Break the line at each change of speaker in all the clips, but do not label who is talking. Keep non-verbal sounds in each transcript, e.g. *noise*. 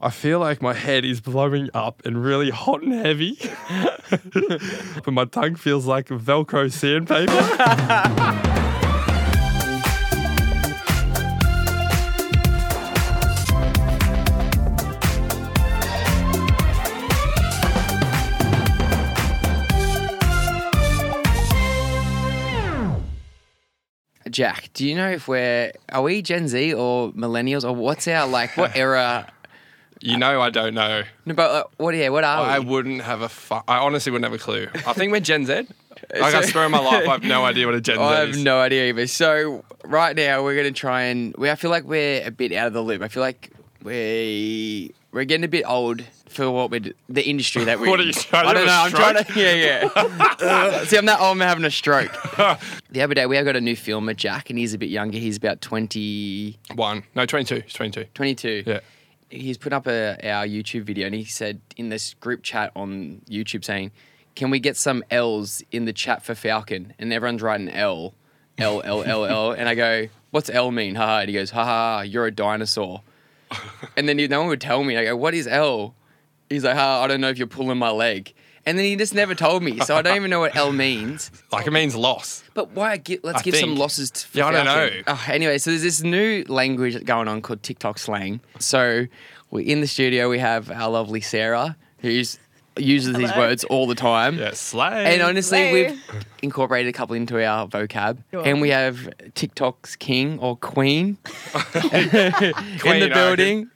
I feel like my head is blowing up and really hot and heavy. *laughs* but my tongue feels like Velcro sandpaper.
Jack, do you know if we're are we Gen Z or millennials or what's our
*laughs*
like what era?
You know, I don't know.
No, but uh, what yeah, what are
I
we?
wouldn't have a fu- I honestly wouldn't have a clue. I think we're Gen Z. *laughs* Like I
So-
swear in my life, *laughs* I have no idea what a Gen Z
I have
is.
no idea either. So right now we're gonna try and we I feel like we're a bit out of the loop. I feel like we we're getting a bit old for what we're d- the industry that
*laughs*
we're
What are
in.
you trying to
I don't know. I'm
have a
trying to yeah
*laughs*
yeah. *laughs* See, I'm that old. I'm having a stroke. the other day we have got a new filmer, Jack, and he's a bit younger. He's about 20,
One. No, 22. It's 22.
22.
Yeah.
he's put up a our YouTube video and he said in this group chat on YouTube saying, "Can we get some L's in the chat for Falcon?" And everyone's writing L, L L L L, and I go, "What's L mean?" Ha ha. And he goes, "Ha ha, you're a dinosaur." And then he, no one would tell me. I go, "What is L?" He's like, "Ha, I don't know if you're pulling my leg." And then he just never told me, so I don't even know what L means.
Like it means loss.
But why? Give, let's
I
give some
think.
losses. To, for
Yeah, I don't
Falcon.
know.
Oh, anyway, so there's this new language going on called TikTok slang. So we in the studio. We have our lovely Sarah, who's uses these
Hello.
words all the time.
Yeah, uh, slay.
And honestly,
Hello.
we've incorporated a couple into our vocab,
Go
and
on.
we have TikTok's king or queen,
*laughs* Queen,
in
I
the
reckon.
building.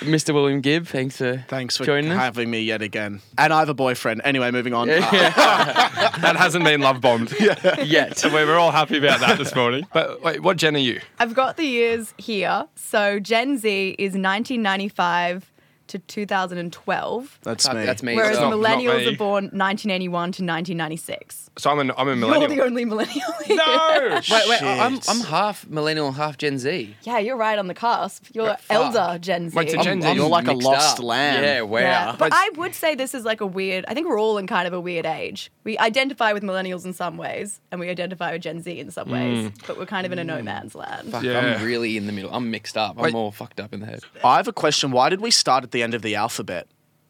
Mr. William Gibb, thanks for
Thanks for
joining us.
having me yet again. And I have a boyfriend. Anyway,
*laughs*
moving on. Uh,
*laughs* That hasn't been love *laughs* bombed.
Yet.
So we were all happy about that this morning. But wait, what gen are you?
I've got the years here. So Gen Z is 1995 to 2012,
that's me.
That's me.
whereas
not- not
millennials
me.
are born 1981 to 1996.
So I'm an I'm a
You're
millennial.
the only millennial. here.
no.
Wait, wait, I- I'm,
Shit.
I'm half millennial, half Gen Z.
Yeah, you're right on the cusp. You're
But fuck.
elder Gen Z.
Wait, so Gen Z,
I'm-
you're
like a
mixed
lost
up.
lamb.
Yeah, wow.
yeah, but I would say this is like a weird. I think we're all in kind of a weird age. We identify with millennials in some ways, and we identify with Gen Z in
Hmm.
some ways, but we're kind of in a no
Hmm.
man's land.
Fuck,
Yeah.
I'm really in the middle. I'm mixed up. I'm
Wait.
all fucked up in the head.
I have a question. Why did we start at the end of the alphabet?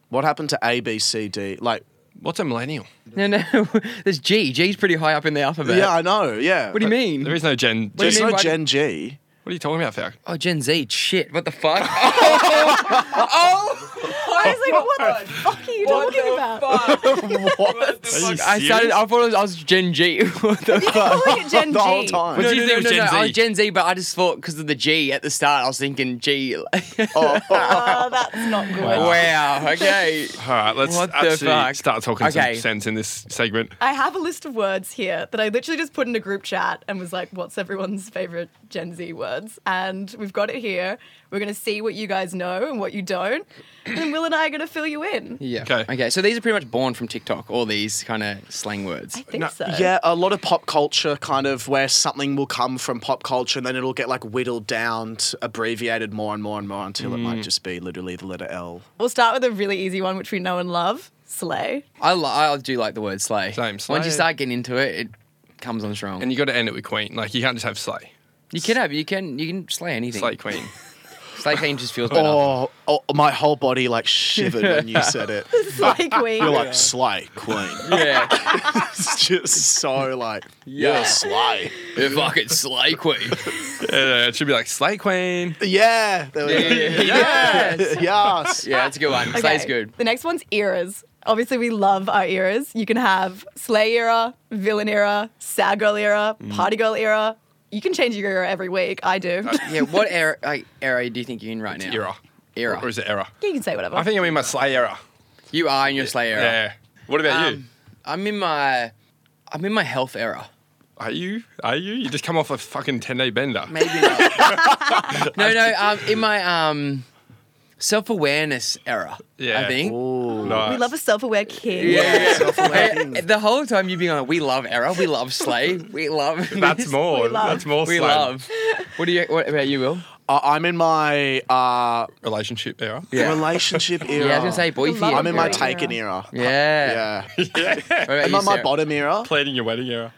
What happened to A, B, C, D? Like,
What's a millennial?
No, no. *laughs* There's G. G's pretty high up in the alphabet.
yeah, I know. Yeah.
What do you mean?
There is no gen.
do you
There's
Gen-
mean
no
by-
Gen G.
What are you talking about, Falcon?
oh, Gen Z. Shit. What the *laughs* fuck?
I was like, what the fuck are you talking about?
Are you
I started.
serious?
I thought it was, I was Gen G. *laughs* what the fuck?
Calling it Gen
The whole
G.
time.
*laughs*
Would
No,
you
no,
think it was
no, no,
Gen
no. I was
Z?
Gen Z, but I just thought because of the G at the start, I was thinking G. *laughs*
Oh,
Uh, that's not good.
wow. *laughs* Okay.
All right, let's
What the
actually
fuck?
start talking
Okay.
some sense in this segment.
I have a list of words here that I literally just put in a group chat and was like, what's everyone's favorite Gen Z words? And we've got it here. We're going to see what you guys know and what you don't. And then Will and I are going to fill you in.
Yeah.
Okay.
Okay. So these are pretty much born from TikTok. All these kind of slang words.
I think
No,
so.
Oh, yeah, a lot of pop culture kind of where something will come from pop culture and then it'll get like whittled down, to abbreviated more and more and more until it
Mm.
might just be literally the letter L.
We'll start with a really easy one, which we know and love slay. *laughs*
I, li- I do like the word slay.
Same,
Once
slay.
you start getting into it, it comes on strong.
And you got to end it with Queen. Like you can't just have Slay.
You can have you can you can slay anything.
Slay Queen.
*laughs* slay team just *laughs* feels better.
Oh, oh, my whole body like shivered when you said
*laughs*
it.
Slay queen.
You're like slay queen.
Yeah,
It's just so like yeah,
*laughs* Yeah.
slay.
if I could slay queen.
Yeah, it should be like Slay Queen.
Yeah, there we go.
Yes.
yes.
Yeah, that's a good one. Slay's
Okay,
good.
The next one's eras. Obviously, we love our eras. You can have slay era, villain era, sad girl era, party girl era. You can change your era every week. I do.
Yeah, what era like, era do you think you're in right now?
Era.
Era.
Or is it Era?
you can say whatever.
I think I'm in my Slay era.
You are in your slay era.
Yeah. What about you?
Um, I'm in my I'm in my
*laughs*
health era.
Are you? Are you? You just come off a fucking ten day bender.
Maybe not. no, no, um, in my um self awareness era. I
Yeah.
think.
Nice.
we love a self-aware king.
Yeah. Uh, the whole time you've been on, we love era, we love slay, *laughs* we love.
*laughs* That's
this,
more.
We love.
That's more.
We
Slay.
love. What do you? What about you, Will?
Uh, I'm in my uh,
relationship era.
*laughs*
relationship era.
Yeah, I was gonna say boyfie.
love
I'm in my
Era.
taken era.
Yeah.
Yeah.
What about
I'm
*laughs*
you,
on my
Sarah?
bottom era.
Planning your wedding era.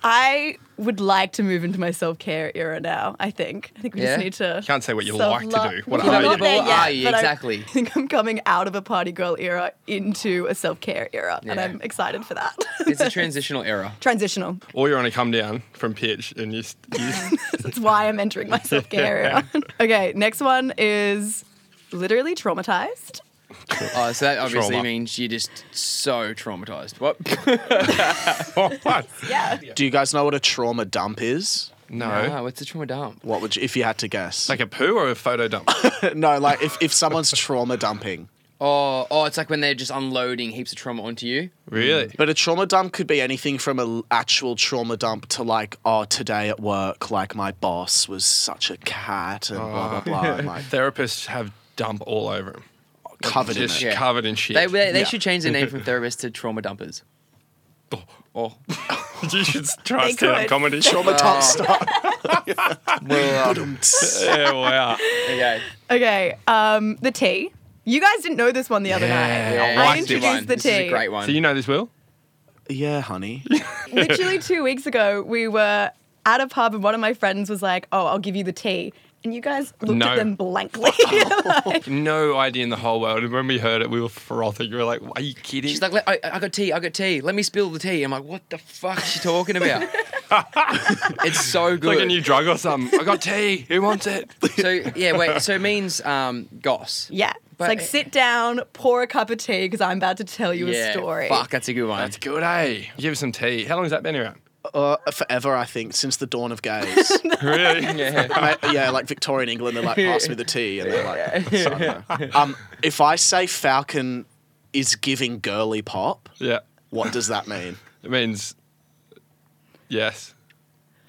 I would like to move into my self care era now. I think. I think we
Yeah?
just need to. *laughs*
Can't say what you like to
self-love-
do. What
You know,
are
not
you?
there
What
yet,
are you?
but I-
Exactly.
I think I'm coming out of a party girl era into a self care era, and
Yeah.
I'm excited for that. *laughs*
It's a transitional era.
Transitional.
Or you're on a come down from pitch and you, s- you *laughs* s-
*laughs*
That's why I'm entering my self care era. *laughs* okay, next one is literally traumatized.
Oh, so that obviously
Trauma.
means you're just so traumatized. What?
oh, what?
Yeah.
Do you guys know what a trauma dump is?
No.
Ah, what's a trauma dump?
What would you, if you had to guess?
Like a poo or a photo dump?
*laughs* no, like if, if someone's trauma dumping.
Oh, oh, it's like when they're just unloading heaps of trauma onto you.
really?
But a trauma dump could be anything from an actual trauma dump to like, oh, today at work, like my boss was such a cat and blah blah blah,
*laughs*
and like
Therapists have dump all over them.
covered in
Just
it.
Yeah.
covered in shit. *laughs*
They, they, they
Yeah.
should change their name from therapists to trauma dumpers.
oh. you should try
They
stand up
could.
comedy.
*laughs* Trauma dump stuff.
Well,
yeah, wow.
okay.
Okay, um, the tea. You guys didn't know this one the other
Yeah.
night.
I
like this
introduced
one.
the
This is a
tea.
great one.
So you know this, Will?
Yeah, honey.
Literally two weeks ago, we were at a pub and one of my friends was like, "Oh, I'll give you the tea," and you guys looked
No.
at them blankly. *laughs* Like,
No idea in the whole world. And when we heard it, we were frothing. We were like, are you kidding?
She's like, "Let- I, I got tea, I got tea. Let me spill the tea. I'm like, what the fuck is she talking about? it's so
It's
good.
like a new drug or something. I got tea. Who wants it?
so yeah, wait. So it means um, goss.
yeah,
But-
it's like sit down, pour a cup of tea because I'm about to tell you
Yeah,
a story.
Fuck, that's a good one.
That's good, eh? Give us some tea. How long has that been around?
Uh, forever, I think, since the dawn of gays.
*laughs* Really?
yeah.
Ma- yeah, like Victorian England, they're like, pass me the tea. And they're like, so I don't know. um, if I say Falcon is giving girly pop,
yeah.
what does that mean?
It means yes.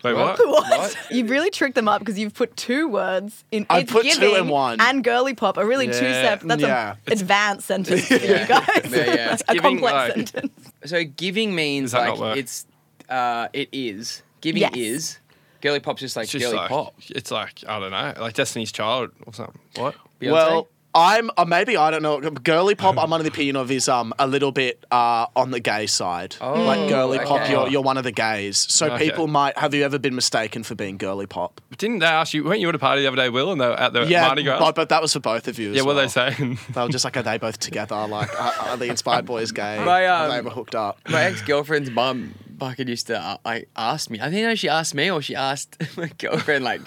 Wait,
What?
what?
*laughs* *laughs* What?
What?
You really tricked them up because you've put two words in
I
it's
put two
giving
and one.
and girly pop are really two
Yeah.
separate. That's
Yeah.
an *laughs* advanced sentence for you guys.
Yeah,
*laughs*
yeah. It's
a
giving,
complex
like-
sentence.
So giving means
Does that not
like
work?
it's uh, it is giving
Yes.
is girly pop's just like
It's just
girly
like,
pop.
It's like, I don't know, like Destiny's Child or something. What?
Beyonce?
Well, I'm uh, maybe I don't know. Girly pop, I'm under the opinion of is um a little bit uh on the gay side.
Oh,
like girly pop,
okay.
you're you're one of the gays. So
Okay.
people might have you ever been mistaken for being girly pop?
Didn't they ask you, weren't you at a party the other day, Will, and they were at the
Yeah,
Mardi Gras?
but, but that was for both of you.
yeah,
as
what
well.
are they saying? *laughs*
They were just like, are they both together? Like, are, are the Inspired Boys gay?
My,
Are
um,
they ever hooked up?
my ex girlfriend's mum fucking used to uh, I asked me. I think no, she asked me or she asked *laughs* my girlfriend *laughs* like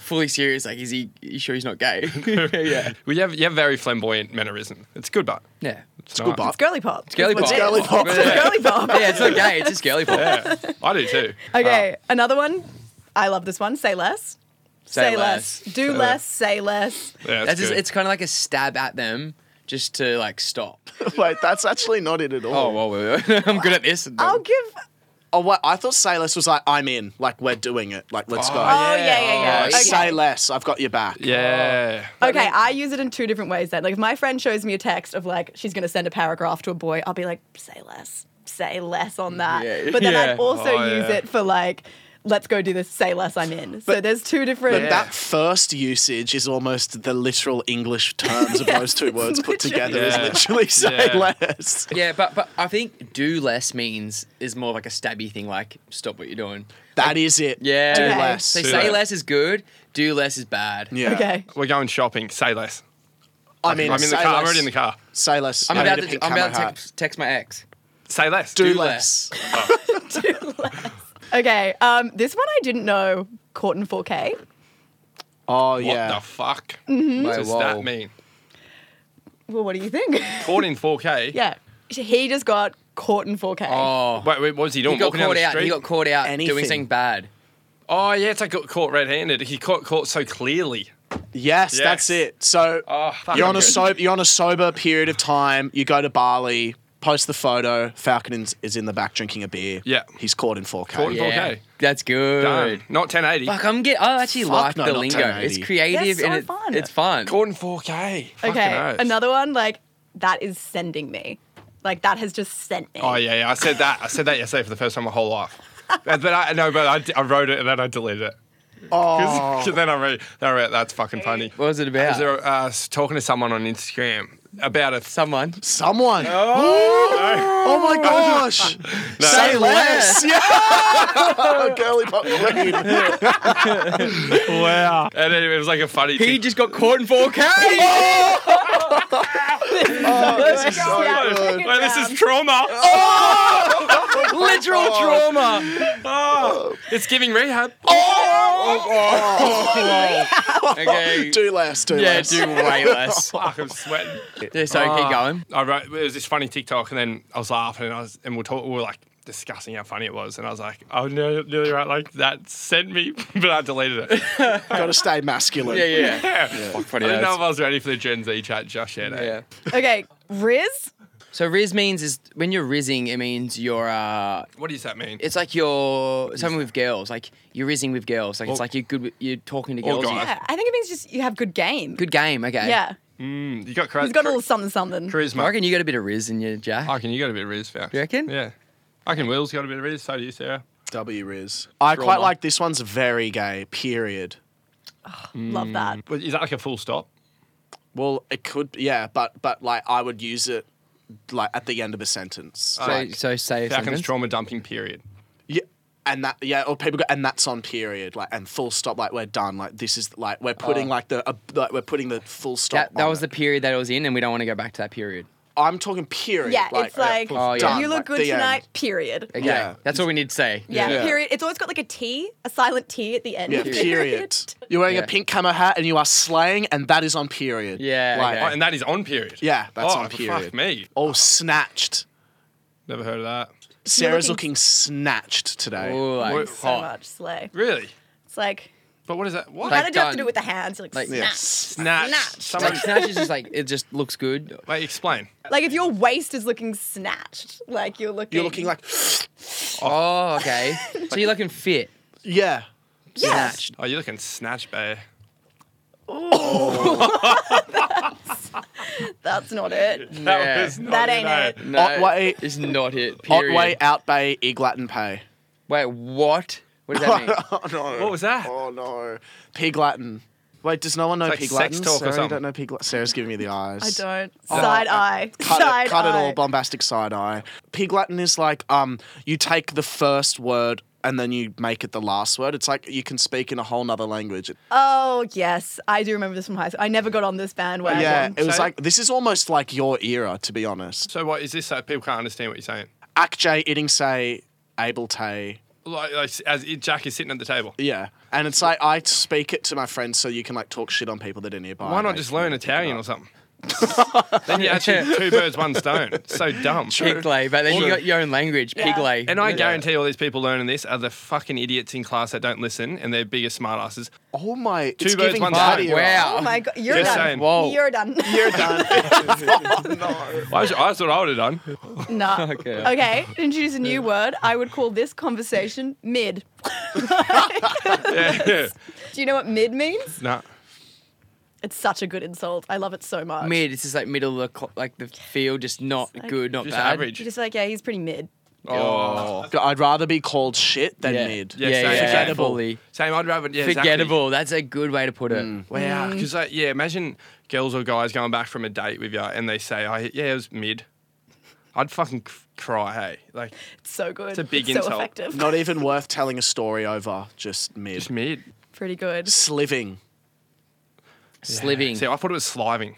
fully serious like is he you sure he's not *laughs* gay? yeah.
well, you have, you have very flamboyant mannerism. It's good, but.
Yeah.
It's,
good
nice.
It's girly pop. It's
Girly
It's
pop.
girly pop.
Yeah.
girly pop.
Yeah, it's not gay, it's just girly pop.
Yeah, I do too.
Okay, another one. I love this one. Say less.
Say
Do less. Say less.
Yeah,
That's
that's
just,
good.
it's kind of like a stab at them just to like stop.
*laughs* Wait, that's actually not it at all.
Oh, well, *laughs* I'm good at this. and
I'll
then-
give.
Oh, wait, I thought say less was like, I'm in. Like, we're doing it. Like, let's go.
Oh,
Oh yeah, yeah, yeah.
yeah.
okay.
Say less. I've got your back.
yeah.
Okay, I use it in two different ways then. Like if my friend shows me a text of like she's gonna send a paragraph to a boy, I'll be like, say less, say less on that.
Yeah.
But then
Yeah.
I'd also
Oh,
use
yeah.
it for like, let's go do this, say less I'm in. so there's two different
But that first usage is almost the literal English terms
*laughs*
of those two words put together. Is
Yeah.
literally say
Yeah.
less.
Yeah, but but I think do less means is more like a stabby thing, like stop what you're doing.
That is it.
Yeah.
Do
Okay.
less.
They
Do
say
less.
less is good, do less is bad.
Yeah.
Okay.
We're going shopping. Say less.
I mean,
I'm in the
say
car. I'm
less.
already in the car.
Say less.
I'm
I need
about
a
to
pink
I'm about
camo
to
hat.
text, text my ex.
Say less.
Do
less.
less.
Okay. Um this one I didn't know, caught in 4K.
Oh,
What
yeah.
the fuck?
Wait,
What does
whoa.
that mean?
Well, what do you think? *laughs*
Caught in 4K?
yeah. He just got caught in 4K.
Oh,
Wait, wait, what was he doing?
he got
Walking down
caught
the
out. He
street?
got caught out doing
Anything.
something bad.
Oh yeah, it's like got caught red-handed. He caught caught so clearly.
Yes,
Yes.
that's it. So
Oh, fuck,
you're
I'm
on a
good.
sober, you're on a sober period of time. You go to Bali, post the photo. Falcon is- is in the back drinking a beer.
Yeah.
he's caught in 4K.
Caught in
yeah.
4K.
Yeah, that's good.
Done. Not 1080.
Fuck, I'm get. I actually
Fuck,
like
no,
the
not
lingo.
1080.
It's creative
They're so
and it,
fun.
it's fun.
Caught in 4K. Fucking
okay.
oath.
Another one, like, that is sending me. Like that has just sent me. *laughs*
Oh yeah, yeah. I said that. I said that yesterday for the first time in my whole life. But but I no, but I, d- I wrote it and then I deleted it.
Oh,
'Cause- 'cause *laughs* then I read, then I read, that's fucking funny.
What was it
I was
about?
uh, uh, talking to someone on Instagram about a.
Someone.
someone. Oh *laughs* my gosh. Say
No.
less. Yeah. *laughs* Girly pop queen.
Wow.
and anyway, it was like a funny.
He
thing.
just got caught in
*laughs* Oh.
4K.
This is so
Yeah.
good.
Wait, Oh, this is trauma.
Literal trauma.
Oh.
Oh.
It's giving rehab.
Oh.
*laughs*
*laughs*
Okay.
*laughs* Do less, do
yeah,
less.
do
*laughs*
way less.
Fuck, I'm sweating.
Yeah, so
Ah.
keep going.
I wrote it was this funny TikTok, and then I was laughing, and I was, and we were, talk, we were like discussing how funny it was, and I was like, I was nearly, nearly right, like that sent me, *laughs* but I deleted it.
Gotta stay masculine.
Yeah, *laughs* yeah.
Yeah.
Fuck,
I
funny
didn't know
that's-
if I was ready for the Gen Z chat just yet. eh?
Yeah.
Okay, Riz.
So Riz means is when you're rizzing, it means you're uh
What does that mean?
it's like you're something with girls. Like you're rizzing with girls. Like it's
Or-
like you're good with, you're talking to
or
girls.
guys.
Yeah, I think it means just you have good game.
Good game, okay.
Yeah,
Mm, you got char-
he's got a little something something.
I
charisma.
reckon you got a bit of rizz in you, Jack.
I reckon you got a bit of Riz, Fouch.
You reckon?
Yeah. I reckon Will's got a bit of Riz, so do you, Sarah.
W Riz. I quite like this one's very gay, period.
Love that.
Well, Is that like a full stop?
Well, it could, yeah, but but like I would use it like at the end of a sentence.
so,
Like,
so say a
How can
sentence.
it's trauma dumping period?
yeah, and that yeah, or people go and that's on period, like and full stop, like we're done, like this is like we're putting like the uh, like we're putting the full stop.
that, that
on
was
it.
the period that it was in, and we don't want to go back to that period.
I'm talking period.
Yeah, it's like
Oh, yeah.
done,
you look
like,
good
the end.
tonight. Period.
Okay,
Yeah.
that's all we need to say.
Yeah,
Yeah.
period. It's always got like a T, a silent T at the end. *laughs*
Yeah, period. You're wearing
Yeah.
a pink camo hat and you are slaying, and that is on period.
Yeah,
Like,
okay.
Oh, and that is on period.
Yeah, that's
oh,
on period.
Fuck me.
Oh, snatched.
Never heard of that.
Sarah's
looking-
looking snatched today.
Ooh, like,
What-
So
hot.
much slay.
Really?
It's like
But what is that? What?
how
Like
did you have to
done.
do it with the hands? You're like,
Like,
snap.
Yeah.
snatch.
snatch.
Someone,
like snatch is just like it just looks good.
Oh.
wait, explain.
Like if your waist is looking snatched, like you're looking.
You're looking like, *gasps*
Oh,
*laughs*
okay. so you're looking fit.
yeah.
yeah.
Snatched.
Oh, you're looking snatch bay. *laughs*
That's not it.
Yeah.
*laughs* That ain't it.
No,
Otway-
it's not it. Period.
Otway, Out Bay, Eglat, and Pay.
Wait, what? What does
*laughs*
that mean?
oh, no.
What was that?
Oh, no. Pig Latin. Wait, does no one know
It's like
Pig
sex
Latin?
talk or
Sarah, you
something.
don't know Pig Latin. Sarah's giving me the eyes.
I don't. Side eye.
Cut,
Side
it, cut
eye.
it all, bombastic side eye. Pig Latin is like um, you take the first word and then you make it the last word. It's like you can speak in a whole nother language.
Oh yes, I do remember this from high school. I never got on this bandwagon.
yeah, it was
So-
like this is almost like your era, to be honest.
So what is this? So people can't understand what you're saying.
Akjay, Idingse, Abel Tay.
Like, like as it- Jack is sitting at the table.
Yeah, and it's like I speak it to my friends so you can like talk shit on people that are nearby.
Why not
mate.
just learn Italian or something? *laughs* then you actually two birds, one stone. It's so dumb.
Piglay, but then you got your own language.
Yeah.
Piglay.
And I guarantee all these people learning this are the fucking idiots in class that don't listen and they're biggest smartasses.
Oh my! Two it's
birds,
giving
one
that
stone.
era.
Wow.
Oh my god, you're
Just
done.
saying.
Whoa.
You're done.
*laughs*
*laughs*
You're done.
I, was- I thought I would have done.
no.
Okay.
Okay. Introduce a new word. I would call this conversation mid.
Yeah, yeah.
Do you know what mid means?
Nah.
It's such a good insult. I love it so much.
mid. It's just like middle of the cl- like the field, just not
like-
good, not
Just
bad.
average.
You're just like, yeah, he's pretty mid.
Oh.
I'd rather be called shit than
Yeah.
mid.
Yeah,
Yeah,
yeah,
same.
Forgettable.
fully.
Same, I'd rather. Yeah, exactly. Mm.
Forgettable. That's a good way to put it.
Wow. Because, like, yeah, imagine girls or guys going back from a date with you and they say, I, yeah, it was mid. I'd fucking c- cry, hey. Like,
It's so good. It's
a big
So
insult.
effective.
Not even worth telling a story over. Just mid.
just mid.
*laughs* pretty good.
Sliving.
Sliving,
See, I thought it was sliving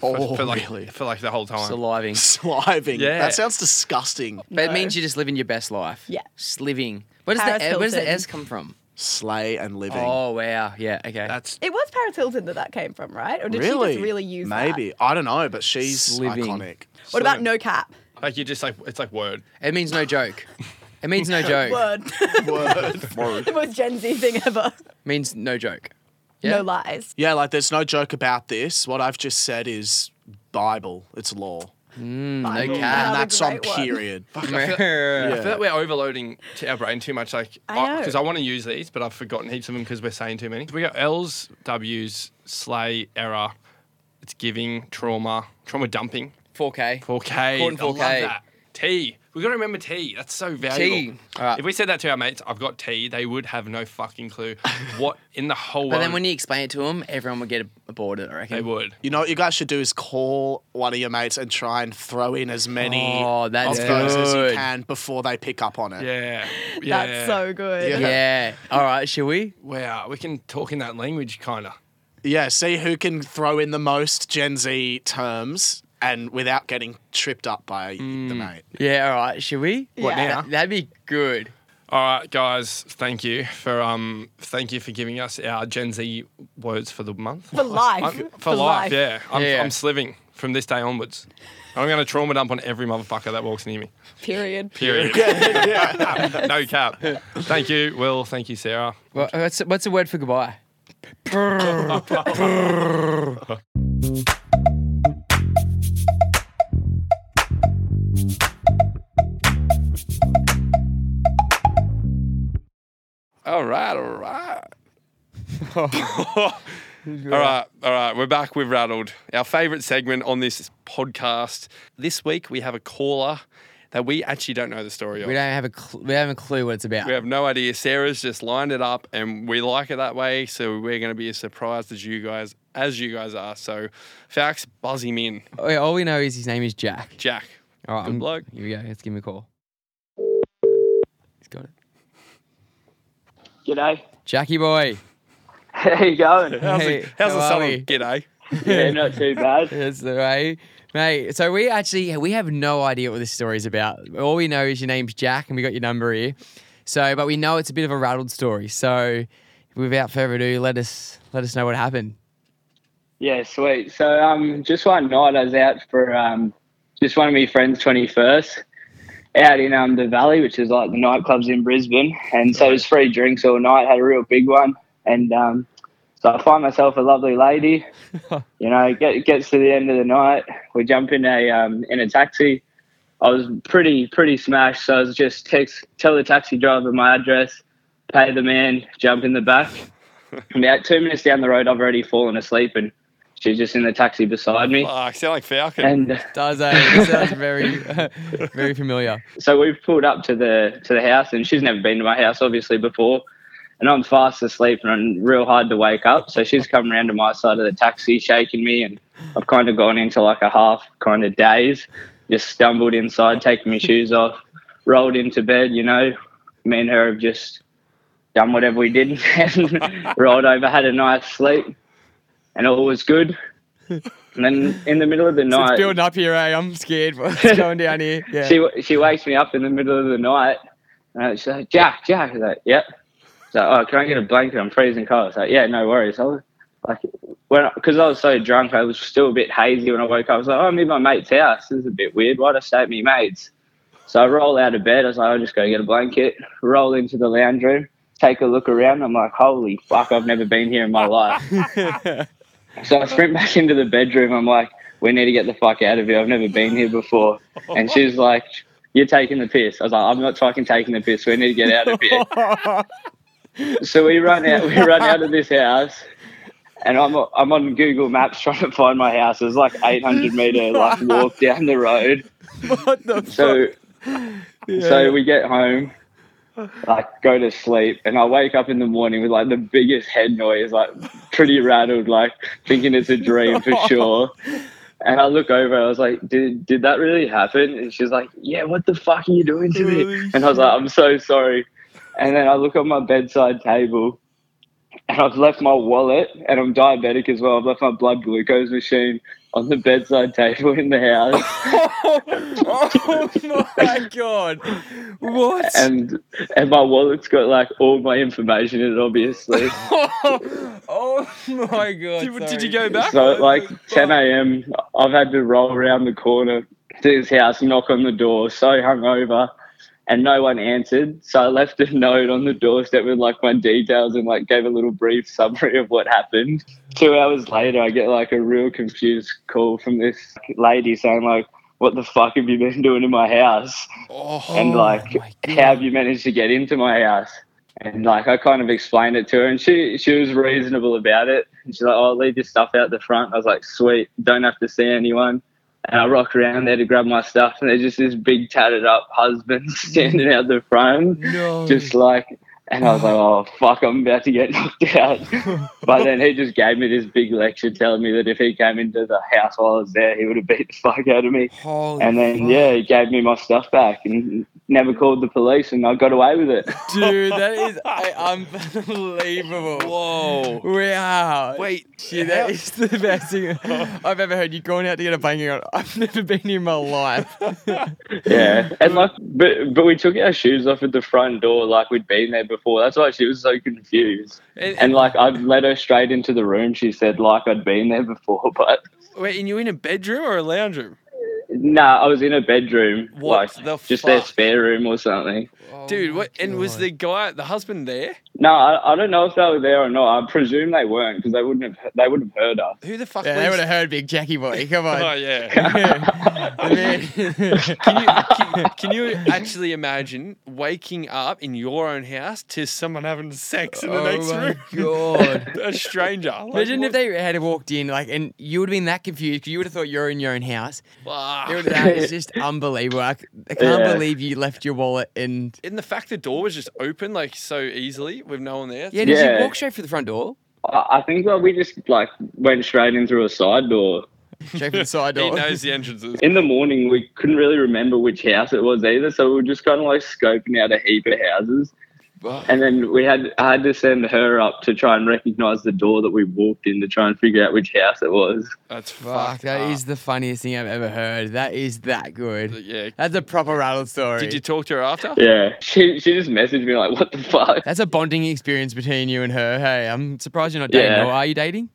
for,
Oh,
for, like,
really? *laughs*
for like the whole time.
saliving.
Sliving.
Yeah.
That sounds disgusting.
But it
No.
means you're just living your best life.
Yeah.
Sliving. Where does
Paris
the where does the
Hilton.
S come from?
Slay and living.
Oh wow. Yeah. Okay.
That's
It was Paris Hilton that that came from, right? Or did
really?
she just really use that?
Maybe. I don't know, but she's
Sliving.
iconic. *laughs*
What about no cap?
like, you just like, it's like word.
it means no joke. It
*laughs*
means no joke.
Word.
*laughs*
*laughs* the most Gen Z thing ever.
means no joke. Yeah.
No lies.
Yeah, like there's no joke about this. What I've just said is Bible. It's law.
Bible.
cap.
Another
and that's on
Ah, great one.
period.
*laughs*
I feel like we're overloading to our brain too much. Like,
I know.
because I, want to use these, but I've forgotten heaps of them because we're saying too many. We got L's, W's, slay, error. It's giving trauma, trauma dumping,
4K.
4K.
Caught in
I love
4K.
that. T We've got to remember tea. That's so valuable.
Tea. All right.
If we said that to our mates, I've got tea, they would have no fucking clue what in the
*laughs*
whole
But
world
then when you explain it to them, everyone would get aboard it, I reckon.
they would.
You know what you guys should do is call one of your mates and try and throw in as many
Oh, that's
of those as you
good.
can before they pick up on it.
Yeah. yeah.
That's so good.
Yeah.
Yeah. All right, shall we?
Wow, we can talk in that language, kind of.
Yeah, see who can throw in the most Gen Z terms and without getting tripped up by the mate.
Yeah, all right, shall we?
What, Yeah.
now?
Th- that'd be good.
All right, guys, thank you for um, thank you for giving us our Gen Z words for the month.
For life.
I'm- for, life, yeah. I'm,
Yeah.
I'm sliving from this day onwards. I'm going to trauma dump on every motherfucker that walks near me.
Period.
Period. *laughs* no cap. Thank you, Will. Thank you, Sarah.
Well, what's, what's the word for goodbye?
All right, all *laughs* right. all right, all right. We're back. We've rattled our favorite segment on this podcast. This week we have a caller that we actually don't know the story of.
We don't have a cl- we haven't a clue what it's about.
We have no idea. Sarah's just lined it up, and we like it that way. So we're going to be as surprised as you guys, as you guys are. So, Fax, buzz him in,
Oh, yeah, All we know is his name is Jack.
Jack.
All right,
Good
I'm-
bloke.
Here we go. Let's give him a call. He's got it.
G'day.
Jackie boy.
*laughs* How you going?
How's
Hey,
the, how's
how
the
are
summer?
we?
G'day.
yeah, not too bad.
That's the way. Mate, so we actually we have no idea what this story is about. All we know is your name's Jack and we got your number here. So but we know it's a bit of a rattled story. So without further ado, let us let us know what happened.
Yeah, sweet. So um, just one night I was out for um, just one of my friends' twenty first, out in um the valley, which is like the nightclubs in Brisbane, and so it was free drinks all night. Had a real big one, and um, so I find myself a lovely lady. you know, get, gets to the end of the night, we jump in a um in a taxi. I was pretty pretty smashed, so I was just text tell the taxi driver my address, pay the man, jump in the back. About two minutes down the road, I've already fallen asleep and. She's just in the taxi beside me.
Fuck, Ah, sound like Falcon.
And uh,
Does it sounds very *laughs* very
*laughs*
familiar.
so we've pulled up to the to the house, and she's never been to my house obviously before. And I'm fast asleep and I'm real hard to wake up. So she's come around to my side of the taxi, shaking me, and I've kind of gone into like a half kind of daze. Just stumbled inside, taking my shoes off, rolled into bed. You know, me and her have just done whatever we did and *laughs* rolled over, had a nice sleep, and all was good. And then in the middle of the
It's
night,
building up here, eh? I'm scared
*laughs*
what's going down here. Yeah.
she she wakes me up in the middle of the night. And she's like, Jack, Jack. I was like, yep. She's like, oh, can I get a blanket? I'm freezing cold. I was like, yeah, no worries. I was like, when because I was so drunk, I was still a bit hazy when I woke up. I was like, oh, I'm in my mate's house. This is a bit weird. Why'd I stay at my mate's? So I roll out of bed. I was like, I'll just go get a blanket. Roll into the lounge room, take a look around. I'm like, holy fuck, I've never been here in my life. So I sprint back into the bedroom. I'm like, we need to get the fuck out of here. I've never been here before. And she's like, you're taking the piss. I was like, I'm not fucking taking the piss. We need to get out of here. so we run out. We run out of this house. And I'm, I'm on Google Maps trying to find my house. It's like 800 meter like walk down the road.
What the
So
Yeah.
so we get home, like go to sleep, and I wake up in the morning with like the biggest head noise, like pretty rattled, like thinking it's a
*laughs*
dream for sure. And I look over, I was like, "Did did that really happen?" And she's like, "Yeah, what the fuck are you doing to me?" And I was like, "I'm so sorry." And then I look on my bedside table, and I've left my wallet, and I'm diabetic as well. I've left my blood glucose machine on the bedside table in the house.
*laughs* oh my god. What?
*laughs* and and my wallet's got like all my information in it, obviously.
oh my god.
Did, did
sorry.
you go back?
so at like 10 a.m., I've had to roll around the corner to his house, knock on the door, so hungover, and no one answered. So I left a note on the doorstep with like my details and like gave a little brief summary of what happened. Two hours later, I get like a real confused call from this lady saying like. What the fuck have you been *laughs* doing in my house? and like, how have you managed to get into my house? and like I kind of explained it to her, and she she was reasonable about it. And she's like, "Oh, I'll leave your stuff out the front." I was like, "Sweet, don't have to see anyone." And I rock around there to grab my stuff, and there's just this big tatted up husband *laughs* standing out the front,
No.
just like. And I was like, "Oh fuck, I'm about to get *laughs* knocked out." but then he just gave me this big lecture, telling me that if he came into the house while I was there, he would have beat the *laughs* fuck out of me.
Holy
And then
fuck.
yeah, he gave me my stuff back and never called the police, and I got away with it.
Dude, that
*laughs*
is uh, unbelievable.
Whoa.
Wow.
Wait, Oh.
Gee, that *laughs* is the
*laughs*
best thing I've ever heard. You going out to get a banging on. *laughs* I've never been in my life.
*laughs*
Yeah, and like, but but we took our shoes off at the front door, like we'd been there before. That's why she was so confused.
And-
And like, I led her straight into the room. She said like I'd been there before, *laughs* but
Wait, and you in a bedroom or a lounge room?
nah, I was in a bedroom,
What
like
the
just their
fuck?
spare room or something.
*laughs*
Oh
Dude, what? And was the guy, the husband there?
No, I, I don't know if they were there or not. I presume they weren't because they wouldn't have they would have heard us.
Who the fuck
Yeah, they
lives-
would have heard Big Jackie Boy. Come
*laughs*
Oh
on.
yeah.
*laughs*
Oh,
Man.
can, you, can, can you actually imagine waking up in your own house to someone having sex in the next
Oh my
room?
God.
*laughs*
A stranger. Like,
Imagine if they had walked in, like, and you would have been that confused 'cause you would have thought you were in your own house.
fuck.
It would that is just unbelievable. I, c- I can't
Yeah.
believe you left your wallet and.
And the fact the door was just open like so easily with no one there.
Yeah, did
Yeah.
you walk straight for the front door?
I, I think like we just like went straight in through a side door.
Straight for the
*laughs*
side
He
door.
knows the entrances.
in the morning we couldn't really remember which house it was either, so we were just kind of like scoping out a heap of houses. And then we had I had to send her up to try and recognise the door that we walked in to try and figure out which house it was.
That's
*laughs* Fuck,
fucked
that
up.
is the funniest thing I've ever heard. That is that good.
Yeah.
That's a proper rattle story.
Did you talk to her after?
Yeah, she she just messaged me like, "What the fuck?" *laughs*
That's a bonding experience between you and her. Hey, I'm surprised you're not dating.
Yeah.
Or are you dating?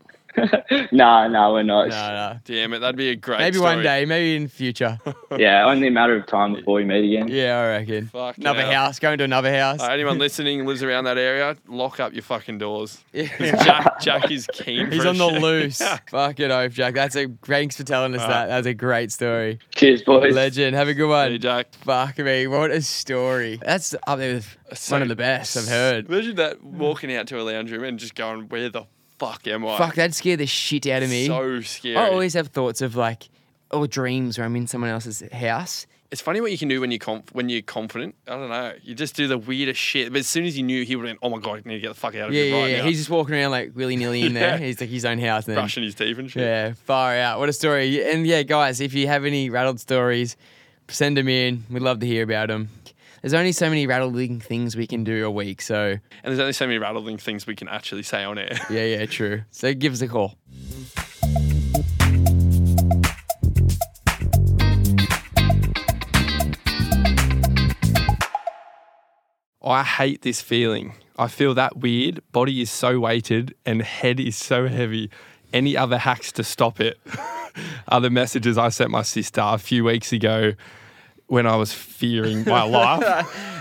nah, nah, we're
No,
not.
no.
Damn it, that'd be a great.
Maybe
story.
one day, maybe in future.
Yeah, only a matter of time before we meet again.
yeah, I reckon.
Fucking
another
hell.
house, going to another house.
Uh, anyone listening lives around that area, lock up your fucking doors.
*laughs*
*laughs*
Yeah.
Jack, Jack is keen.
He's
for a
on the
shake. *laughs*
loose. Fuck it, oaf, Jack. That's a thanks for telling us that. That's a great story.
Cheers, boys.
Legend. Have a good
Hey,
one.
Jack.
Fuck me, what a story. That's up there with
So-
one of the best I've heard.
Imagine that walking out to a lounge room and just going, "Where the fuck am I?"
Fuck, that scared the shit out of me. Oh,
So scary.
I always have thoughts of like, or dreams where I'm in someone else's house.
It's funny what you can do when you conf- when you're confident. I don't know. You just do the weirdest shit. But as soon as you knew, he would have been, "Oh my god, I need to get the fuck out of
Yeah,
here
yeah,
right
yeah.
now."
He's just walking around like willy nilly
*laughs*
in there.
Yeah.
He's like his own house. And then,
brushing his teeth and shit.
yeah, far out. What a story. And yeah, guys, if you have any rattled stories, send them in. We'd love to hear about them. There's only so many rattling things we can do a week. So
And there's only so many rattling things we can actually say on air. *laughs*
yeah, yeah, true. So give us a call.
I hate this feeling. I feel that weird. Body is so weighted and head is so heavy. Any other hacks to stop it? *laughs* Are the messages I sent my sister a few weeks ago when I was fearing *laughs* my life.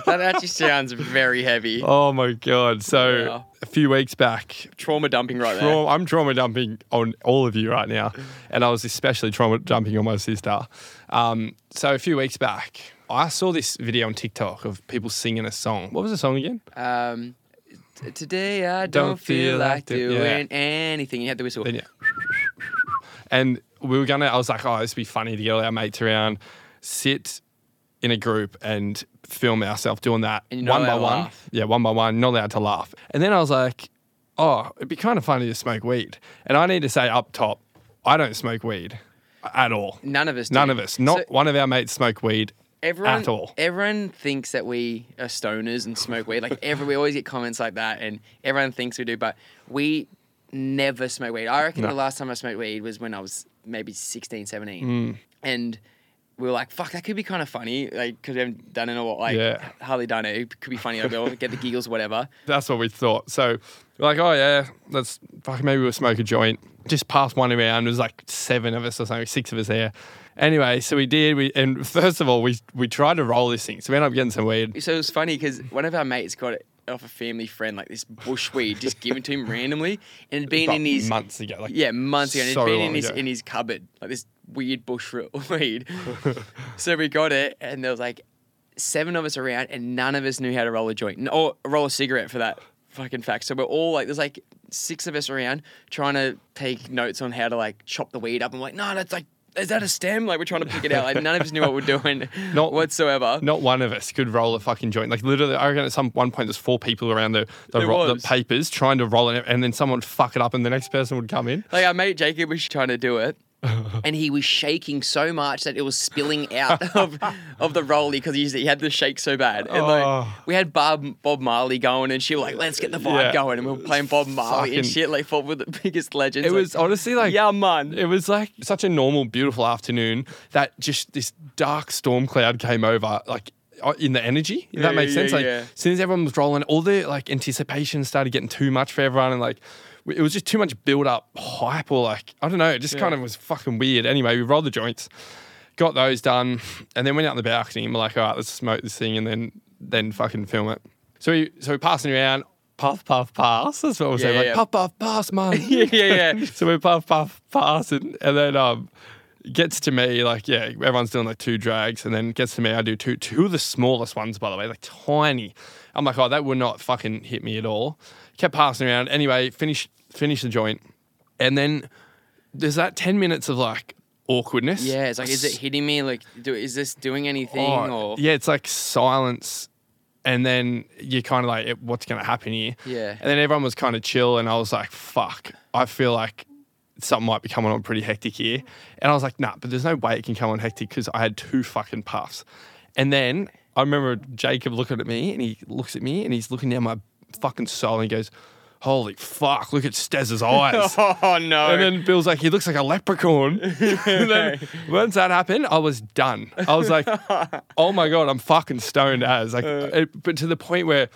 that actually sounds very *laughs* heavy.
Oh my God. So
Yeah.
a few weeks back,
Trauma dumping right there.
Trauma- I'm trauma dumping on all of you right now, and I was especially trauma dumping on my sister. Um, so a few weeks back, I saw this video on TikTok of people singing a song. What was the song again?
Um, t- today I
Don't
don't, feel
feel
like
like do-
doing
yeah.
anything. You had to whistle.
Then yeah. And we were gonna. I was like, oh, this would be funny to get all our mates around, sit in a group and film ourselves doing that
And you're not
one by
allowed to
one.
laugh.
Yeah, one by one. Not allowed to laugh. And then I was like, oh, it'd be kind of funny to smoke weed. And I need to say up top, I don't smoke weed at all.
None of us.
None
do.
of us. Not
So
one of our mates smoke weed
everyone, e-
at all.
Everyone thinks that we are stoners and smoke weed. Like every, we always get comments like that, and everyone thinks we do, but we never smoke weed. I reckon
No.
the last time I smoked weed was when I was maybe 16, 17.
Hmm.
and we were like, "Fuck, that could be kind of funny." Like, because we haven't done it or like
Yeah.
hardly done it. It could be funny. Like, we'll get the giggles, whatever.
That's what we thought. So we're like, oh yeah, let's fuck, maybe we'll smoke a joint. Just passed one around. There was like seven of us or something, six of us there. Anyway, so we did. We and first of all, we we tried to roll this thing. So we ended up getting some weed.
So it was funny because one of our mates got it off a family friend, like this bush weed just given to him randomly, and it'd been
But
in his
months ago, like
yeah months ago, and it'd
so
been
long
in his
ago.
in his cupboard, like this weird bush ro-
*laughs*
weed. so we got it, and there was like seven of us around, and none of us knew how to roll a joint n- or roll a cigarette for that fucking fact. So we're all like, there's like six of us around trying to take notes on how to like chop the weed up. I'm like, no, that's like. is that a stem? Like we're trying to pick it out. Like none of us knew what we're
*laughs*
doing,
Not-
not whatsoever.
Not one of us could roll a fucking joint. Like literally, I reckon at some one point there's four people around the the,
There
ro- the
was.
papers trying to roll it, and then someone would fuck it up, and the next person would come in.
Like our mate Jacob was trying to
*laughs*
do it. and he was shaking so much that it was spilling
*laughs*
out of, of the rolly because he, he had the shake so bad. And
Oh.
like we had Bob Bob Marley going, and she was like, "Let's get the vibe
Yeah.
going." And we were playing Bob Marley and
Fucking-
shit. Like, fought with the biggest legends.
It was honestly like
yeah, man.
It was like such a normal, beautiful afternoon that just this dark storm cloud came over, like uh, in the energy. If
Yeah,
that makes
yeah,
sense.
yeah,
like,
yeah.
as soon as everyone was rolling, all the like anticipation started getting too much for everyone, and like w- it was just too much build up hype, or like I don't know, it just kind of was fucking weird. Anyway, we rolled the joints, got those done, and then went out on the balcony and we're like, all right, let's smoke this thing, and then then fucking film it. So we so we're passing around. Puff, puff, pass. That's what we're saying.
Yeah,
Like,
yeah.
puff, puff, pass, man. *laughs*
yeah, yeah, yeah.
so we puff, puff, pass, and, and then um, gets to me like yeah, everyone's doing like two drags, and then gets to me. I do two, two of the smallest ones by the way, like tiny. I'm like, oh, that would not fucking hit me at all. Kept passing around. Anyway, finish, finish the joint, and then there's that ten minutes of like awkwardness.
Yeah, it's like, is it hitting me? Like, do, is this doing anything?
Oh,
or
yeah, it's like silence, and then you're kind of like, "Eh, what's going to happen here?
Yeah.
and then everyone was kind of chill, and I was like, fuck, I feel like something might be coming on pretty hectic here, and I was like, nah, but there's no way it can come on hectic because I had two fucking puffs, and then I remember Jacob looking at me, and he looks at me, and he's looking down my fucking soul, and he goes. Holy fuck, look at Stez's
*laughs*
eyes.
Oh no!
And then Bill's like, he looks like a
*laughs*
leprechaun. and then once that happened, I was done. I was
*laughs*
like, oh my God, I'm fucking stoned as. Like,
Uh.
it, but to the point where,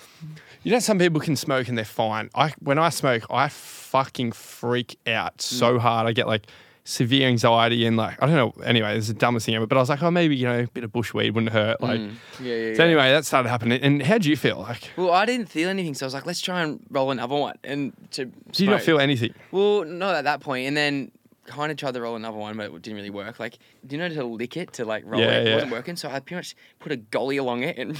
you know, some people can smoke and they're fine. I When I smoke, I fucking freak
Mm.
out so hard. I get like severe anxiety and like, I don't know. Anyway, it's the dumbest thing ever. But I was like, oh, maybe, you know, a bit of bush weed wouldn't hurt. Like,
Mm. yeah, yeah,
so
yeah.
anyway, that started happening. And how do you feel? Like,
well, I didn't feel anything, so I was like, let's try and roll another one. And to
do you not feel anything?
Well, not at that point. And then kind of tried to roll another one, but it didn't really work. Like, do you know to lick it to like roll
Yeah,
it? It
yeah.
wasn't working, so I pretty much put a golly along it and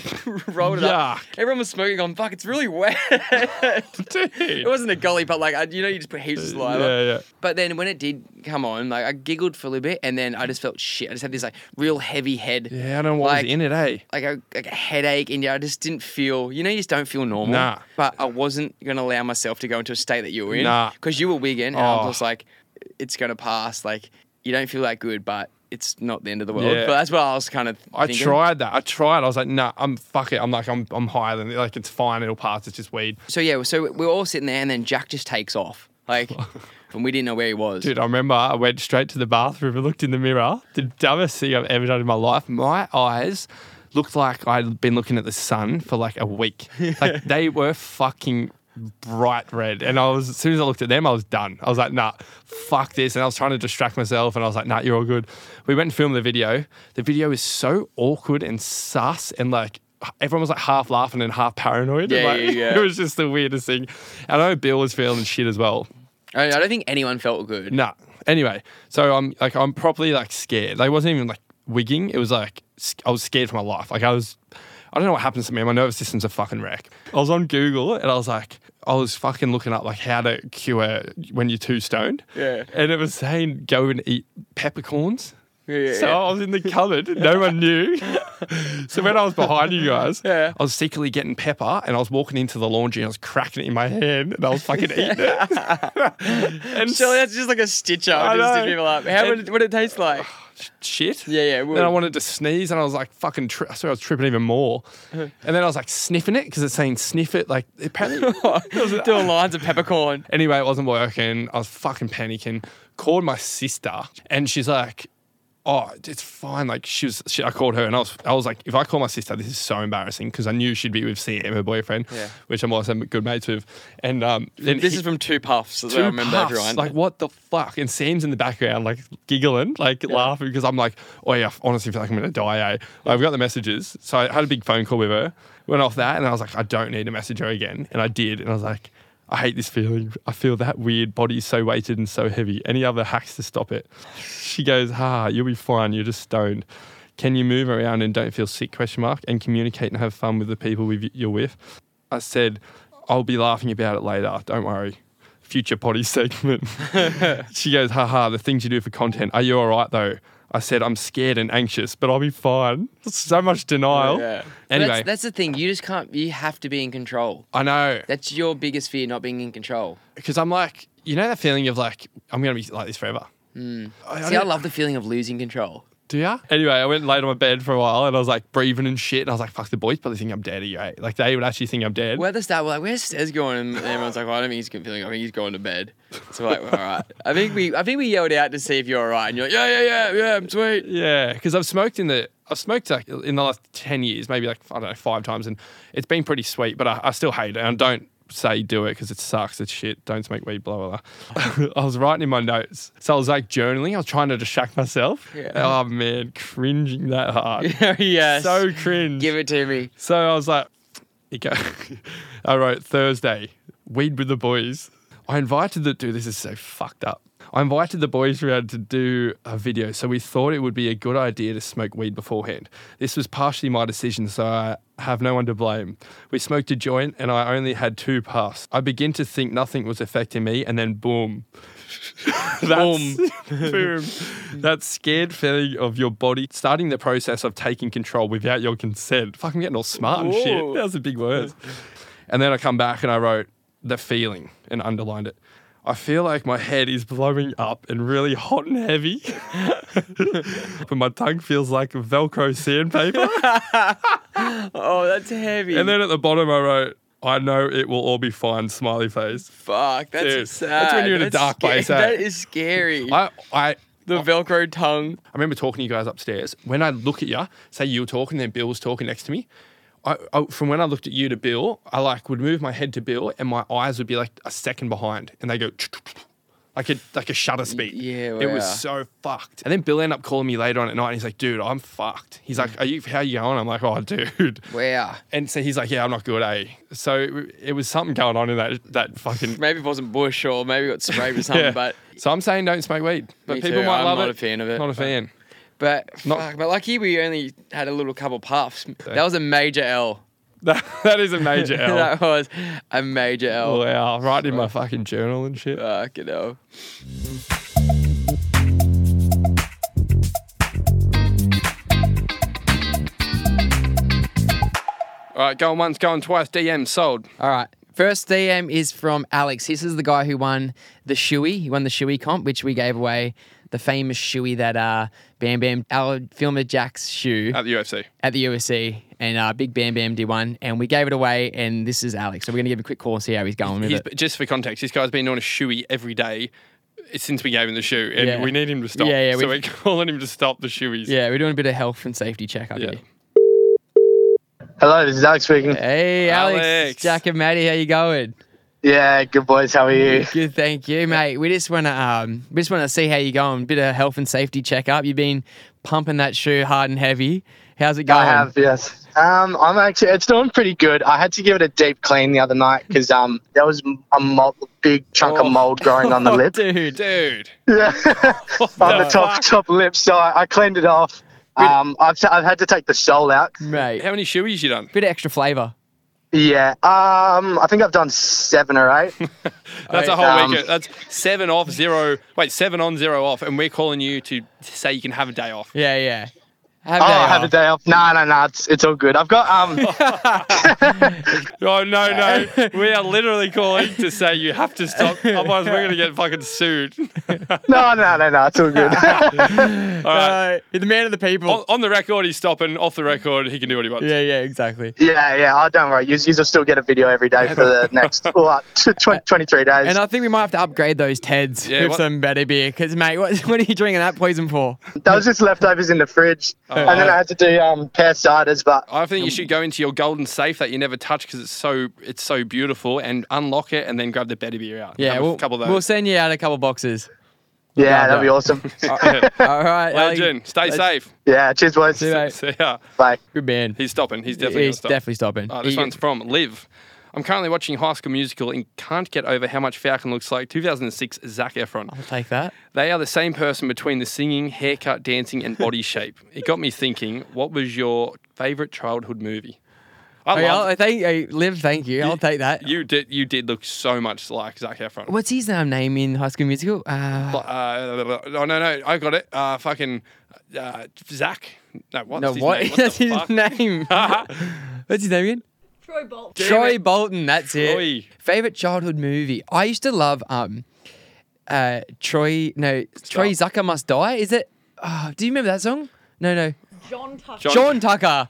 *laughs* rolled it up.
Yuck.
Everyone was smoking, going, "Fuck, it's really wet." *laughs*
Dude.
*laughs* it wasn't a golly, but like, I, you know, you just put heaps of
*laughs* Yeah,
saliva.
Uh, yeah.
But then when it did come on, like I giggled for a little bit, and then I just felt shit. I just had this like real heavy head.
Yeah, I don't know what
Like-
was in it, eh?
like a, like a headache, and yeah, I just didn't feel. You know, you just don't feel normal.
Nah.
But I wasn't gonna allow myself to go into a state that you were in.
Nah.
Because you were wigging, and I was
Oh.
just like, it's gonna pass. Like you don't feel that good, but it's not the end of the world.
Yeah.
But that's what I was kind of.
I
thinking.
tried that. I tried. I was like, nah, I'm fuck it. I'm like, I'm I'm higher than like it's fine. It'll pass. It's just weed,
So yeah, so we're all sitting there, and then Jack just takes off.
*laughs*
Like, and we didn't know where he was.
dude. I remember I went straight to the bathroom and looked in the mirror. The dumbest thing I've ever done in my life. My eyes looked like I'd been looking at the sun for like a
*laughs*
week. Like they were fucking bright red. And I was as soon as I looked at them, I was done. I was like, nah, fuck this. And I was trying to distract myself. And I was like, nah, you're all good. We went and filmed the video. The video is so awkward and sus and like. Everyone was like half laughing and half paranoid. and
Yeah,
like,
yeah,
*laughs*
yeah.
It was just the weirdest thing. And I know Bill was feeling shit as well.
I, I don't think anyone felt good.
Nah. Anyway, so I'm like I'm properly like scared. Like, I wasn't even like wigging. It was like sc- I was scared for my life. Like I was, I don't know what happens to me. My nervous system's a fucking wreck. I was on Google and I was like, I was fucking looking up like how to cure when you're too stoned.
Yeah.
And it was saying go and eat peppercorns.
Yeah,
So I was in the cupboard, no one knew. so when I was behind you guys,
Yeah.
I was secretly getting pepper and I was walking into the laundry and I was cracking it in my hand and I was
*laughs*
fucking eating it. and
So that's just like a stitch up.
I
Just stitch
know.
people up. How would it, what it taste
*laughs*
like?
shit.
Yeah, yeah,
Then I
well-
wanted to sneeze, and I was like, fucking. Tri- I swear I was tripping even more.
Uh-huh.
and then I was like sniffing it because it's saying sniff it. Like
*laughs*
apparently.
Doing lines of peppercorn.
anyway, it wasn't working. I was fucking panicking. Called my sister, and she's like. Oh, it's fine. Like she was, she, I called her and I was, I was like, if I call my sister, this is so embarrassing because I knew she'd be with CM, her boyfriend,
Yeah.
which I'm also good mates with. And um, and
This
he-
is from Two Puffs. As
two
I remember
puffs.
everyone.
Like what the fuck? And Sam's in the background, like giggling, like laughing because I'm like, oh yeah, I honestly feel like I'm gonna die. Eh? I've got the messages, so I had a big phone call with her. Went off that, and I was like, I don't need to message her again, and I did, and I was like. I hate this feeling. I feel that weird body is so weighted and so heavy. Any other hacks to stop it? She goes, "Ha, you'll be fine. You're just stoned. Can you move around and don't feel sick? Question mark. And communicate and have fun with the people with you're with." I said, "I'll be laughing about it later. Don't worry." future potty *laughs*
*laughs*
segment. she goes, haha, the things you do for content. Are you all right though? I said, I'm scared and anxious, but I'll be fine. *laughs* So much denial.
Yeah.
Anyway,
that's, that's the thing. You just can't. You have to be in control.
I know.
That's your biggest fear, not being in control.
Because I'm like, you know that feeling of like, I'm going to be like this forever.
Hmm. See, I love the feeling of losing control.
Do ya? Anyway, I went and laid on my bed for a while and I was like breathing and shit. And I was like, fuck, the boys probably think I'm dead. Are you right? Like, they would actually think I'm dead.
We're at the start, we're like, where's Stez going? And everyone's like, well, I don't think he's feeling. I think he's going to bed. So we're like, all right. I think we, I think we yelled out to see if you're all right, and you're like, *laughs* yeah, yeah, yeah, yeah, I'm sweet.
Yeah, because I've smoked in the I've smoked like in the last ten years, maybe like I don't know five times, and it's been pretty sweet. But I, I still hate it, and don't say do it because it sucks. It's shit. Don't smoke weed. Blah blah. blah. *laughs* I was writing in my notes, so I was like journaling. I was trying to distract myself.
Yeah.
Oh man, cringing that hard.
*laughs* yes.
So cringe.
give it to me.
So I was like, okay. *laughs* I wrote Thursday, weed with the boys. I invited the dude. This is so fucked up. I invited the boys around to do a video, so we thought it would be a good idea to smoke weed beforehand. This was partially my decision, so I have no one to blame. We smoked a joint, and I only had two puffs. I begin to think nothing was affecting me, and then boom, that's, *laughs* boom. That scared feeling of your body starting the process of taking control without your consent. Fuck, I'm getting all smart and shit.
Whoa.
That was a big word. And then I come back and I wrote the feeling and underlined it. I feel like my head is blowing up and really hot and heavy, *laughs* but my tongue feels like Velcro sandpaper.
Oh, that's heavy.
and then at the bottom, I wrote, I know it will all be fine, smiley face.
fuck, that's
Dude,
sad.
that's when you're in a dark
scary. *laughs*
place, eh?
That is scary.
I, I,
the Velcro tongue.
I remember talking to you guys upstairs. When I look at you, say you were talking, then Bill was talking next to me. I, I, from when I looked at you to Bill, I like would move my head to Bill, and my eyes would be like a second behind, and they go like a like a shutter speed.
yeah,
it was
wow.
so fucked. And then Bill ended up calling me later on at night. And he's like, "Dude, I'm fucked." He's like, "Are you? How you going?" I'm like, "Oh, dude."
Wow.
And so he's like, "Yeah, I'm not good, eh?" So it, it was something going on in that that fucking
Maybe it wasn't bush or maybe it got sprayed *laughs* with something,
Yeah.
but
So I'm saying don't smoke weed, but
Me
people
too.
might
I'm
love
not
it.
a fan of it,
Not a
but-
fan.
but
Not-
fuck, but lucky we only had a little couple puffs. That was a major L.
That, *laughs* that is a major L. Oh,
*laughs* that was a major L.
Wow, right in my fucking journal and shit.
Fucking hell.
All right, going once, going twice. DM sold.
All right. First DM is from Alex. This is the guy who won the Shoey. He won the Shoey comp, which we gave away the famous Shoey that uh, Bam Bam, our filmer Jack's shoe
At the UFC.
at the USC, and uh, Big Bam Bam did one, and we gave it away. And this is Alex. So we're gonna give him a quick call and see how he's going with
He's,
it.
just for context, this guy's been on a shoey every day since we gave him the shoe, and
Yeah.
we need him to stop.
Yeah, yeah,
so
we-
we're *laughs* calling him to stop the shoeys.
Yeah, we're doing a bit of health and safety check up
Yeah.
here.
Hello, this is Alex speaking.
Hey, Alex,
Alex.
Jack and Maddie, how you going?
Yeah, good boys. How are you?
Good, thank you, mate. We just want to um, we just want to see how you're going. Bit of health and safety checkup. You've been pumping that shoe hard and heavy. How's it going?
I have, yes. Um, I'm actually, it's doing pretty good. I had to give it a deep clean the other night because um, there was a mold, big chunk
Oh.
of mold growing
*laughs*
on the lip,
dude.
Dude.
yeah, on the
the
top
fuck?
top lip. So I, I cleaned it off. Um, I've, t- I've had to take the sole out.
Mate,
How many shoeys you done?
bit of extra flavour.
Yeah. Um, I think I've done seven or eight.
That's a
Alright,
whole
um,
week. That's seven off, zero. Wait, seven on, zero off, and we're calling you to say you can have a day off.
Yeah, yeah. Have
oh,
a day
I have a
off.
day off. No, no, no. It's it's all good. I've got um.
Oh no, no, *laughs* we are literally calling to say you have to stop, *laughs* otherwise we're gonna get fucking sued.
no, no, no, no. It's all good. *laughs*
All right. Oh.
Uh, you're the man of the people.
on, on the record, he's stopping. Off the record, he can do what he wants.
Yeah, yeah, exactly.
yeah, yeah. Oh, don't worry. You will still get a video every day for the next what, tw- tw- 23 days.
And I think we might have to upgrade those Teds
Yeah,
with
what-
some better beer. Because, mate, what, *laughs* what are you drinking that poison for?
That was just leftovers in the fridge.
Oh,
and then I had to do um, pear ciders, but
I think you should go into your golden safe that you never touch because it's so it's so beautiful and unlock it and then grab the better beer out.
Yeah,
Have a
we'll,
couple of
we'll
those.
send you out a couple boxes. *laughs*
yeah, that'd be awesome.
All right. Alex.
Legend, stay safe.
yeah, cheers, boys.
See
*laughs*
you, mate.
So, yeah,
Bye.
Good man.
he's stopping. He's definitely
He's
gonna stop.
definitely stopping.
Uh, this
He-
one's from Liv. I'm currently watching High School Musical and can't get over how much Falcon looks like 2006 Zac Efron.
I'll *laughs* take that.
They are the same person between the singing, haircut, dancing, and body shape. It got me thinking. What was your favorite childhood movie? I I
Okay,
love
Oh, I'll, thank, hey, Liv, thank you. I'll take that.
you did you did look so much like Zac Efron.
What's his um, name in High School Musical? Uh,
Uh, no, no, no. I got it. Uh, fucking uh, Zach. No, what's
no,
his
what? *laughs*
name? What
that's
the
his
fuck? *laughs* Uh-huh.
name. *laughs* What's his name again?
Troy Bolt.
Troy Bolton. That's it.
Troy.
Favorite childhood movie? I used to love um, uh, Troy. No, Troy Zucker Must Die. Is it? Uh, do you remember that song? No, no.
John Tucker.
John Tucker.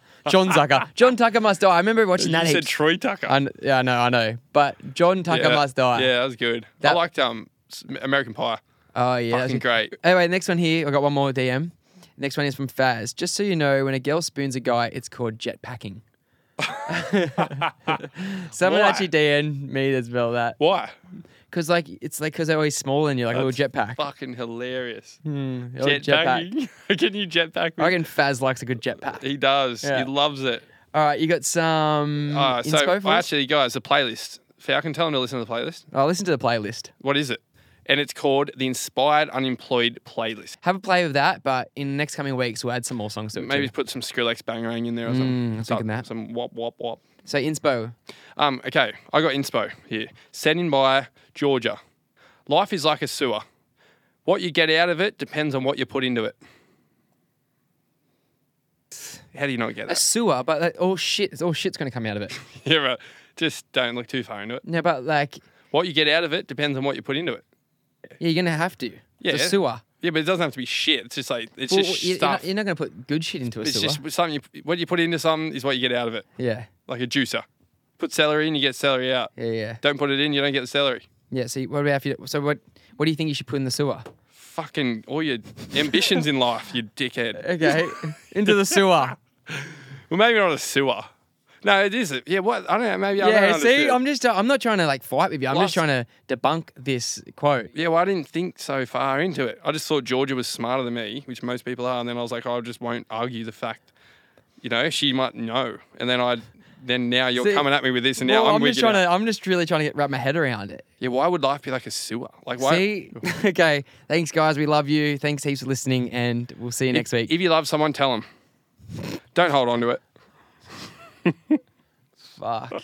*laughs*
John Zucker. John Tucker Must Die. I remember watching
You
that.
said
heaps.
Troy Tucker.
I kn- yeah, I know, I know. But John Tucker
yeah.
Must Die.
Yeah, that was good. I
That-
liked um S- American Pie.
Oh yeah, that's
Fucking
good.
great.
Anyway, next one here. I got one more DM. Next one is from Faz. Just so you know, when a girl spoons a guy, it's called
*laughs*
jetpacking. Someone
Why?
actually DN me as well that
Why?
because like it's like because they're always small and you're like a little jetpack.
Fucking hilarious.
Mm, a little jetpack.
Jetpacking. *laughs* Can you jetpack?
I
With-
reckon Faz likes a good jetpack.
he does.
Yeah.
He loves it.
All right, you got some
Uh, so
inspo for
I
us?
actually, guys, the playlist. Falcon, tell them to listen to the playlist.
Oh, listen to the playlist.
What is it? And it's called the Inspired Unemployed Playlist.
Have a play with that, but in the next coming weeks we'll add some more songs to it.
Maybe
too.
put some Skrillex bangerang in there or something.
Mm, I was
Some-
thinking that.
Some wop wop wop.
so inspo.
Um, okay, I got inspo here. Sent in by Georgia. Life is like a sewer. What you get out of it depends on what you put into it. How do you not get
A
that?
sewer, but like, all shit, all shit's gonna come out
*laughs*
of it.
Yeah, right. Just don't look too far into it.
No, but like
What you get out of it depends on what you put into it.
Yeah, you're gonna have to.
Yeah.
It's a sewer.
Yeah, but it doesn't have to be shit. It's just like it's
Well,
just
you're,
stuff.
Not, you're not gonna put good shit into a
it's
sewer.
just something. You, what you put into something is what you get out of it.
Yeah,
Like a juicer. Put celery in, you get celery out.
yeah, yeah,
Don't put it in, you don't get the celery.
yeah. So what about if you? So what? What do you think you should put in the sewer?
Fucking all your ambitions in life, you dickhead.
*laughs* Okay, into the sewer.
Well, maybe not a sewer. No, it is. a- Yeah, what? I don't know. Maybe I don't
yeah.
understand.
See, I'm just. I'm not trying to like fight with you. I'm just
Plus-
trying to debunk this quote.
Yeah, well, I didn't think so far into it. I just thought Georgia was smarter than me, which most people are. And then I was like, I just won't argue the fact. You know, she might know. And then I, then now you're
See,
coming at me with this, and now
Well,
I'm,
I'm
with
just
you.
trying
now.
to. I'm just really trying to get wrap my head around it.
Yeah, why would life be like a sewer? Like, why?
See, *laughs* okay. Thanks, guys. We love you. Thanks heaps for listening, and we'll see you next week.
If you love someone, tell them. Don't hold on to it.
Fuck.